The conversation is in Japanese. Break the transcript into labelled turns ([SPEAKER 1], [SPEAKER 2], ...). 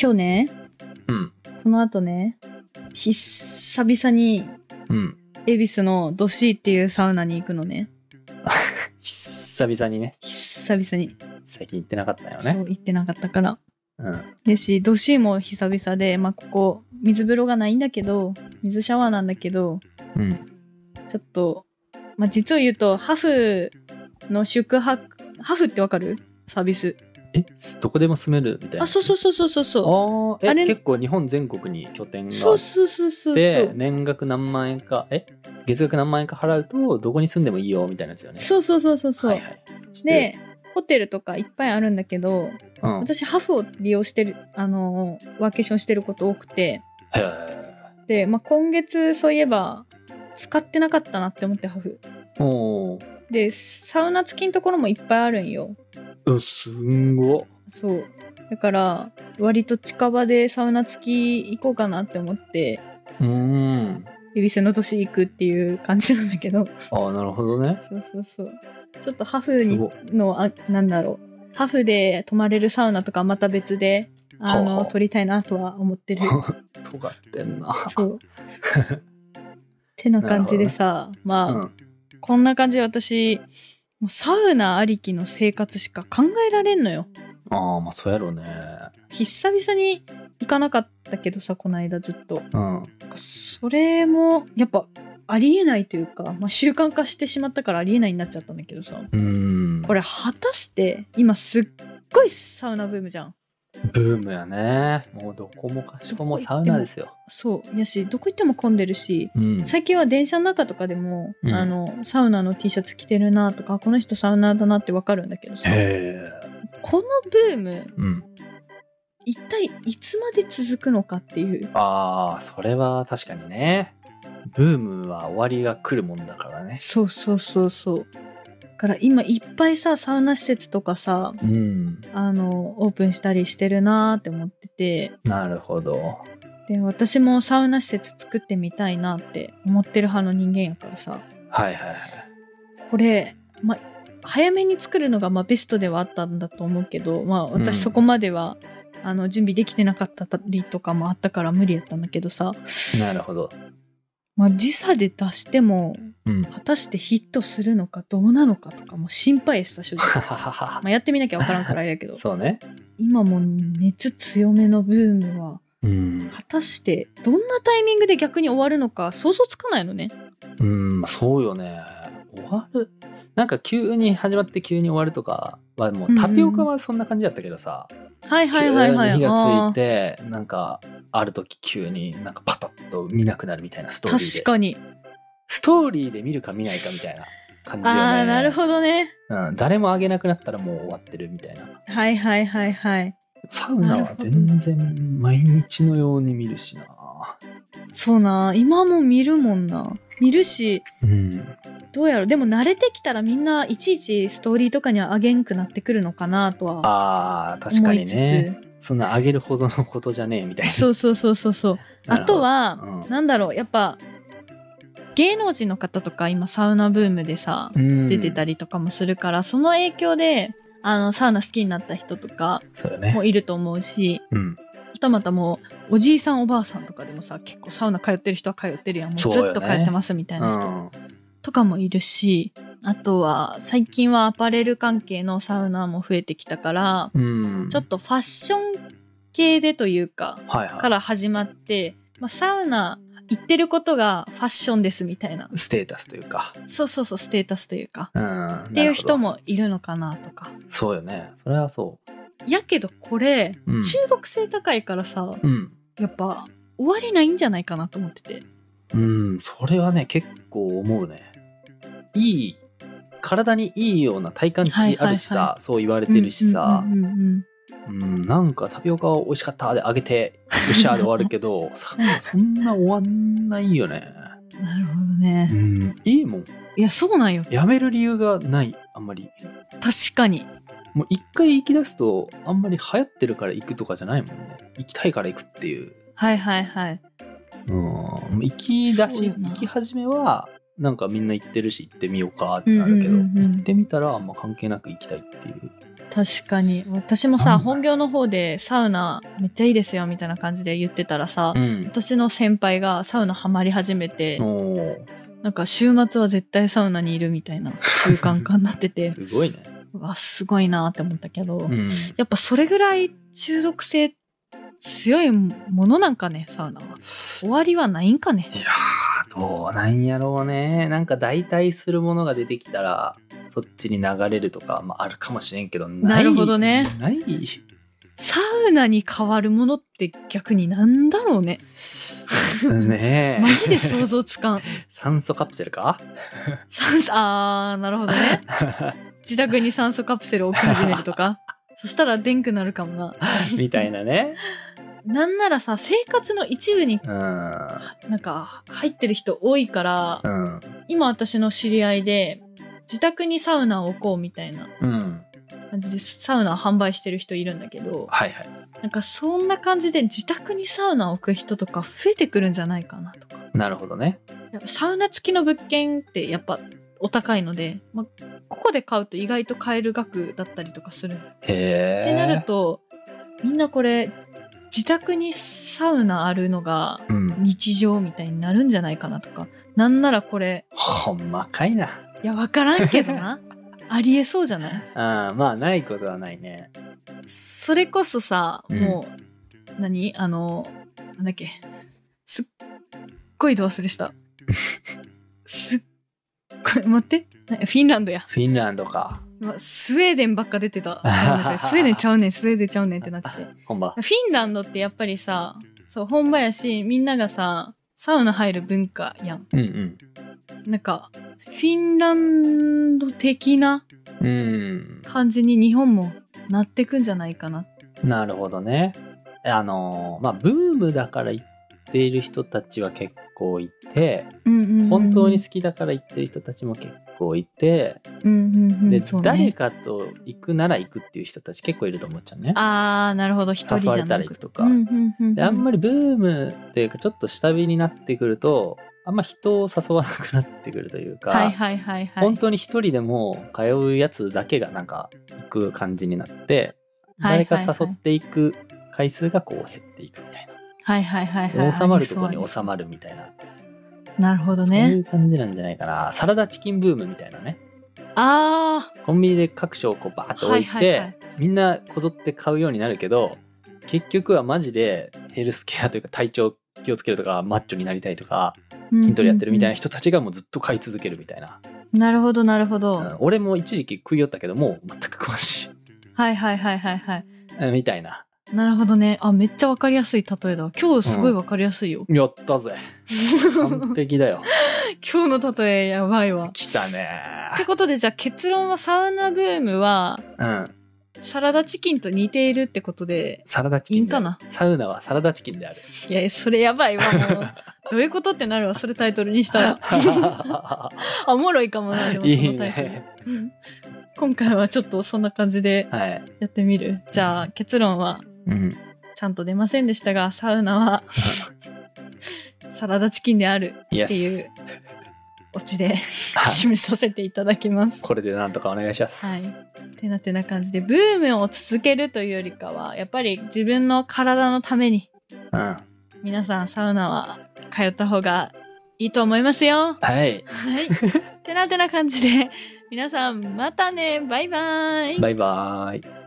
[SPEAKER 1] 今日ね、
[SPEAKER 2] うん。
[SPEAKER 1] この後ね、久々に
[SPEAKER 2] うん。
[SPEAKER 1] 恵比寿のドシーっていうサウナに行くのね。
[SPEAKER 2] 久々にね、
[SPEAKER 1] 久々に。
[SPEAKER 2] 最近行ってなかったよ
[SPEAKER 1] そ
[SPEAKER 2] ね。
[SPEAKER 1] う、行ってなかったから。
[SPEAKER 2] うん。
[SPEAKER 1] ですし、ドシーも久々で、まあ、ここ、水風呂がないんだけど、水シャワーなんだけど、
[SPEAKER 2] うん。
[SPEAKER 1] ちょっと、まあ、実を言うと、ハフの宿泊、ハフってわかるサービス。
[SPEAKER 2] え、どこでも住めるみたいな。
[SPEAKER 1] あ、そうそう
[SPEAKER 2] そ
[SPEAKER 1] そうそうそうそう。
[SPEAKER 2] あー
[SPEAKER 1] あ
[SPEAKER 2] え、
[SPEAKER 1] れ
[SPEAKER 2] 結構日本全国に拠点が
[SPEAKER 1] そ
[SPEAKER 2] あ
[SPEAKER 1] う
[SPEAKER 2] っ
[SPEAKER 1] そうそうそうそ
[SPEAKER 2] て
[SPEAKER 1] う、。
[SPEAKER 2] 年額何万円か、え、月額何万円か払うと、どこに住んでもいいよみたいなやつよね。
[SPEAKER 1] そうそうそうそうそう。
[SPEAKER 2] はいはい。知って
[SPEAKER 1] で、
[SPEAKER 2] る
[SPEAKER 1] ホテルとかいっぱいあるんだけど、
[SPEAKER 2] うん。はい
[SPEAKER 1] 私、ハフを利用してる、あのー、ワーケーションしてること多くて、
[SPEAKER 2] はいはい。
[SPEAKER 1] で、まあ、今月、そういえば、使ってなかったなって思って、ハフ。
[SPEAKER 2] おー
[SPEAKER 1] で、サウナ付きのところもいっぱいあるんよ。
[SPEAKER 2] うん、すんご。
[SPEAKER 1] そう。だから、割と近場でサウナ付き行こうかなって思って、
[SPEAKER 2] うーん。
[SPEAKER 1] 恵比寿の年行くっていう感じなんだけど、
[SPEAKER 2] ああ、なるほどね。
[SPEAKER 1] そうそうそう。ちょっとハフ
[SPEAKER 2] す
[SPEAKER 1] に
[SPEAKER 2] ごい
[SPEAKER 1] の、あ、なんだろう。ハフで泊まれるサウナとかまた別で、あ
[SPEAKER 2] はあ
[SPEAKER 1] の、
[SPEAKER 2] はあ
[SPEAKER 1] 撮りたいなとは思ってる。
[SPEAKER 2] 尖ってんな。
[SPEAKER 1] そう。てな感じでさ、まあ、
[SPEAKER 2] うん。
[SPEAKER 1] こんな感じで私、もうサウナありきの生活しか考えられんのよ。
[SPEAKER 2] ああ、まあそうやろうね。
[SPEAKER 1] 久々に行かなかったけどさ、この間ずっと。
[SPEAKER 2] うん。
[SPEAKER 1] なんかそれも、やっぱ、ありえないというか、まあ、習慣化してしまったからありえないになっちゃったんだけどさ。
[SPEAKER 2] うーん。
[SPEAKER 1] これ、果たして、今すっごいサウナブームじゃん。
[SPEAKER 2] ブームやね。もうどこもかしこもサウナですよ。
[SPEAKER 1] そう。やし、どこ行っても混んでるし、
[SPEAKER 2] うん。
[SPEAKER 1] 最近は電車の中とかでも、
[SPEAKER 2] うん
[SPEAKER 1] あの、サウナの T シャツ着てるなとか、この人サウナーだなってわかるんだけどさ。
[SPEAKER 2] へえ。
[SPEAKER 1] このブーム、
[SPEAKER 2] うん。
[SPEAKER 1] 一体いつまで続くのかっていう。
[SPEAKER 2] ああ、それは確かにね。ブームは終わりが来るもんだからね。
[SPEAKER 1] そうそうそうそう。だから今いっぱいさ、サウナ施設とかさ、
[SPEAKER 2] うん。
[SPEAKER 1] あの、オープンしたりしてるなーって思ってて、
[SPEAKER 2] なるほど。
[SPEAKER 1] で、私もサウナ施設作ってみたいなって思ってる派の人間やからさ、
[SPEAKER 2] はいはいはい。
[SPEAKER 1] これ、ま、早めに作るのが、ま、ベストではあったんだと思うけど、まあ、
[SPEAKER 2] う
[SPEAKER 1] 私
[SPEAKER 2] ん
[SPEAKER 1] そこまでは、あの、準備できてなかったりとかもあったから無理やったんだけどさ、
[SPEAKER 2] なるほど。
[SPEAKER 1] まあ、時差で出しても、
[SPEAKER 2] うん。
[SPEAKER 1] 果たしてヒットするのかどうなのかとかも心配した正 直。まあやってみなきゃわからんからあれやけど
[SPEAKER 2] そうね。
[SPEAKER 1] 今も熱強めのブームは
[SPEAKER 2] うん。
[SPEAKER 1] 果たしてどんなタイミングで逆に終わるのか想像つかないのね
[SPEAKER 2] うん、まあそうよね。終わる。なんか急に始まって急に終わるとかはもうタピオカはそんな感じだったけどさ、
[SPEAKER 1] はい
[SPEAKER 2] 急
[SPEAKER 1] はい
[SPEAKER 2] に
[SPEAKER 1] はいはい
[SPEAKER 2] 火がつい
[SPEAKER 1] あ
[SPEAKER 2] てなんかある時急になんかパタッと見なくなるみたいなストーリー
[SPEAKER 1] ー
[SPEAKER 2] で
[SPEAKER 1] 確かに
[SPEAKER 2] ストーリーで見るか見ないかみたいな感じよね
[SPEAKER 1] ああなるほどね
[SPEAKER 2] うん、誰もあげなくなったらもう終わってるみたいな
[SPEAKER 1] はいはいはいはい
[SPEAKER 2] サウナ
[SPEAKER 1] なる
[SPEAKER 2] は
[SPEAKER 1] ほど
[SPEAKER 2] 全然毎日のように見るしな
[SPEAKER 1] そうな今も見るもんな見るし
[SPEAKER 2] うん
[SPEAKER 1] どうやろでも慣れてきたらみんないちいちストーリーとかにはあげんくなってくるのかなとは
[SPEAKER 2] あー確
[SPEAKER 1] 思
[SPEAKER 2] か
[SPEAKER 1] い
[SPEAKER 2] に
[SPEAKER 1] つつ
[SPEAKER 2] ねそんなあげるほどのことじゃねえみたいな
[SPEAKER 1] そうそうそうそう そうあとは、
[SPEAKER 2] うん
[SPEAKER 1] なんだろうやっぱ芸能人の方とか今サウナブームでさ出てた
[SPEAKER 2] り
[SPEAKER 1] りとかもするから、その影響であのサウナ好きになった人とか
[SPEAKER 2] そうよね
[SPEAKER 1] もいると思うし
[SPEAKER 2] うん
[SPEAKER 1] はたまたもうおじいさんおばあさんとかでもさ結構サウナ通ってる人は通ってるやんもうず
[SPEAKER 2] そうよね
[SPEAKER 1] っと通ってますみたいな人
[SPEAKER 2] うん
[SPEAKER 1] とかもいるし、あとは最近はアパレル関係のサウナも増えてきたから、
[SPEAKER 2] うん
[SPEAKER 1] ちょっとファッション系でというか
[SPEAKER 2] はいはい
[SPEAKER 1] から始まって、まあ、サウナ行ってることがファッションですみたいな
[SPEAKER 2] ステータスというか、
[SPEAKER 1] そうそうそうステータスというか
[SPEAKER 2] うん、っ
[SPEAKER 1] っていう人もいるのかなとか
[SPEAKER 2] そうよねそれはそ
[SPEAKER 1] やけどこれ、
[SPEAKER 2] う、うん
[SPEAKER 1] 中毒性高いからさ
[SPEAKER 2] うん
[SPEAKER 1] やっぱ終わりないんじゃないかなと思ってて
[SPEAKER 2] うん、それはね結構思うねいい体にいいような体感
[SPEAKER 1] はいはい
[SPEAKER 2] 値
[SPEAKER 1] はい
[SPEAKER 2] あるしさ、そう言われてるしさ、
[SPEAKER 1] うんうんうんうん
[SPEAKER 2] うんなんかタピオカを美味しかったであ げてよっしゃーで終わるけどさそんな終わんないよね
[SPEAKER 1] うんなるほど
[SPEAKER 2] う
[SPEAKER 1] ね、
[SPEAKER 2] んいいもん
[SPEAKER 1] いやそうなんよ
[SPEAKER 2] やめる理由がないあんまり
[SPEAKER 1] 確かに
[SPEAKER 2] もう一回行き出すとあんまり流行ってるから行くとかじゃないもんね行きたいから行くっていう
[SPEAKER 1] はいはいはい
[SPEAKER 2] うん、行き出
[SPEAKER 1] そう
[SPEAKER 2] し
[SPEAKER 1] よな
[SPEAKER 2] 行き始めはなんかみんな行ってるし行ってみようかってなるけど、
[SPEAKER 1] うんうんうんうん
[SPEAKER 2] 行ってみたらあんま関係なく行きたいっていう
[SPEAKER 1] 確かに私も
[SPEAKER 2] な
[SPEAKER 1] さ
[SPEAKER 2] んだ
[SPEAKER 1] 本業の方でサウナめっちゃいいですよみたいな感じで言ってたらさ、
[SPEAKER 2] うん。
[SPEAKER 1] 私の先輩がサウナハマり始めて、
[SPEAKER 2] おー
[SPEAKER 1] なんか週末は絶対サウナにいるみたいな習慣化になって て
[SPEAKER 2] すごいね。
[SPEAKER 1] うわすごいなって思ったけど、
[SPEAKER 2] うん。
[SPEAKER 1] やっぱそれぐらい中毒性強いものなんかねサウナは終わりはないんかね
[SPEAKER 2] いやー、どうなんやろうね。なんか代替するものが出てきたら、そっちに流れるとか、まあ、あるかもしれんけど、ない
[SPEAKER 1] なるほどね。
[SPEAKER 2] ない。
[SPEAKER 1] サウナに変わるものって逆になんだろうね
[SPEAKER 2] ねえ。
[SPEAKER 1] マジで想像つかん
[SPEAKER 2] 酸素カプセルか
[SPEAKER 1] 酸素あーなるほどね自宅に酸素カプセル置き始めるとかそしたらでんくなるかもな
[SPEAKER 2] みたいなね。
[SPEAKER 1] なんならさ生活の一部に
[SPEAKER 2] うん。
[SPEAKER 1] なんか入ってる人多いから
[SPEAKER 2] うん。
[SPEAKER 1] 今私の知り合いで自宅にサウナを置こうみたいな
[SPEAKER 2] うん。
[SPEAKER 1] 感じでサウナを販売してる人いるんだけど
[SPEAKER 2] はいはい。
[SPEAKER 1] なんかそんな感じで自宅にサウナを置く人とか増えてくるんじゃないかなとか
[SPEAKER 2] なるほどね。
[SPEAKER 1] やっぱサウナ付きの物件ってやっぱお高いので、まあ、ここで買うと意外と買える額だったりとかする
[SPEAKER 2] へえ。
[SPEAKER 1] ってなる。とみんなこれ自宅にサウナあるのが
[SPEAKER 2] うん。
[SPEAKER 1] 日常みたいになるんじゃないかなとかなんならこれ
[SPEAKER 2] ほんまかいな。
[SPEAKER 1] いや分からんけど なありえそうじゃない
[SPEAKER 2] あーまあ、ないことはないね。
[SPEAKER 1] それこそさ、
[SPEAKER 2] うん
[SPEAKER 1] もう何あのなんだっけすっごい度忘れした すっごい待ってなフィンランドや
[SPEAKER 2] フィンランドか。
[SPEAKER 1] まスウェーデンばっか出てたなんかスウェーデンちゃうねんスウェーデンちゃうねんってなってて
[SPEAKER 2] 本場
[SPEAKER 1] フ。ィンランドってやっぱりさそう本場やしみんながさサウナ入る文化やん
[SPEAKER 2] うんうん。
[SPEAKER 1] なんかフィンランド的な
[SPEAKER 2] うん。
[SPEAKER 1] 感じに日本もなってくんじゃないかな
[SPEAKER 2] なるほどね。あのーまあ、ブームだから行っている人たちは結構いて、
[SPEAKER 1] うんうんうん
[SPEAKER 2] 本当に好きだから行ってる人たちも結構いて、
[SPEAKER 1] うんうんうん
[SPEAKER 2] で、
[SPEAKER 1] そうね
[SPEAKER 2] 誰かと行くなら行くっていう人たち結構いると思っちゃうね。
[SPEAKER 1] あーなるほど一人じ
[SPEAKER 2] 誘わ
[SPEAKER 1] ゃ
[SPEAKER 2] れた
[SPEAKER 1] な
[SPEAKER 2] ら
[SPEAKER 1] く
[SPEAKER 2] 行くと
[SPEAKER 1] う
[SPEAKER 2] か。
[SPEAKER 1] んうんうんうん
[SPEAKER 2] であんまりブームというかちょっと下火になってくるとあんま人を誘わなくなってくるというか、
[SPEAKER 1] はいはいはいはい
[SPEAKER 2] 本当に一人でも通うやつだけがなんか行く感じになって、
[SPEAKER 1] はいはいはい
[SPEAKER 2] 誰か誘っていく回数がこう減っていくみたいな、
[SPEAKER 1] はいはいはいはい
[SPEAKER 2] 収まるところに収
[SPEAKER 1] る
[SPEAKER 2] まるみたいな、
[SPEAKER 1] なるほど
[SPEAKER 2] そうい
[SPEAKER 1] ね
[SPEAKER 2] う感じなんじゃないかなサラダチキンブームみたいなね
[SPEAKER 1] あ
[SPEAKER 2] コンビニで各所をこうバーッと置いて、
[SPEAKER 1] はいはいはい
[SPEAKER 2] みんなこぞって買うようになるけど結局はマジでヘルスケアというか体調気をつけるとかマッチョになりたいとか
[SPEAKER 1] ー
[SPEAKER 2] 筋トレやってるみたいな
[SPEAKER 1] な
[SPEAKER 2] 人たちがもうずっと買い続けるみたいな、
[SPEAKER 1] なるほどなるほど
[SPEAKER 2] うん俺も一時期食いよったけどもう全く詳しい
[SPEAKER 1] はいはいはいはいはい
[SPEAKER 2] うんみたい な
[SPEAKER 1] なるほどねあめっちゃわかりやすい例えだ今日すごいわかりやすいよ、
[SPEAKER 2] やったぜ完璧だよ
[SPEAKER 1] 今日の例えやばいわ
[SPEAKER 2] 来たね
[SPEAKER 1] ってことでじゃあ結論はサウナブームは
[SPEAKER 2] うん
[SPEAKER 1] サラダチキンと似ているってことで
[SPEAKER 2] サラダチキンである
[SPEAKER 1] いいんか
[SPEAKER 2] サウナはサラダチキン である
[SPEAKER 1] いやそれやばいわもう どういうことってなるわそれタイトルにしたらあおもろいかもなでもそ
[SPEAKER 2] いい
[SPEAKER 1] のタイトル
[SPEAKER 2] ね
[SPEAKER 1] うん今回はちょっとそんな感じで
[SPEAKER 2] はい、
[SPEAKER 1] やってみるじゃあ結論は
[SPEAKER 2] うん、
[SPEAKER 1] ちゃんと出ませんでしたがサウナは サラダチキンである
[SPEAKER 2] イエ
[SPEAKER 1] ってい
[SPEAKER 2] ス
[SPEAKER 1] うオチで
[SPEAKER 2] はい
[SPEAKER 1] 締めさせていただきます。
[SPEAKER 2] これでなんとかお願いします、
[SPEAKER 1] はい、てなてな感じでブームを続けるというよりかはやっぱり自分の体のために
[SPEAKER 2] うん、
[SPEAKER 1] 皆さんサウナは通った方がいいと思いますよ。
[SPEAKER 2] はい
[SPEAKER 1] はい。てなてな感じで皆さんまたねバイバイ。
[SPEAKER 2] バイバーイ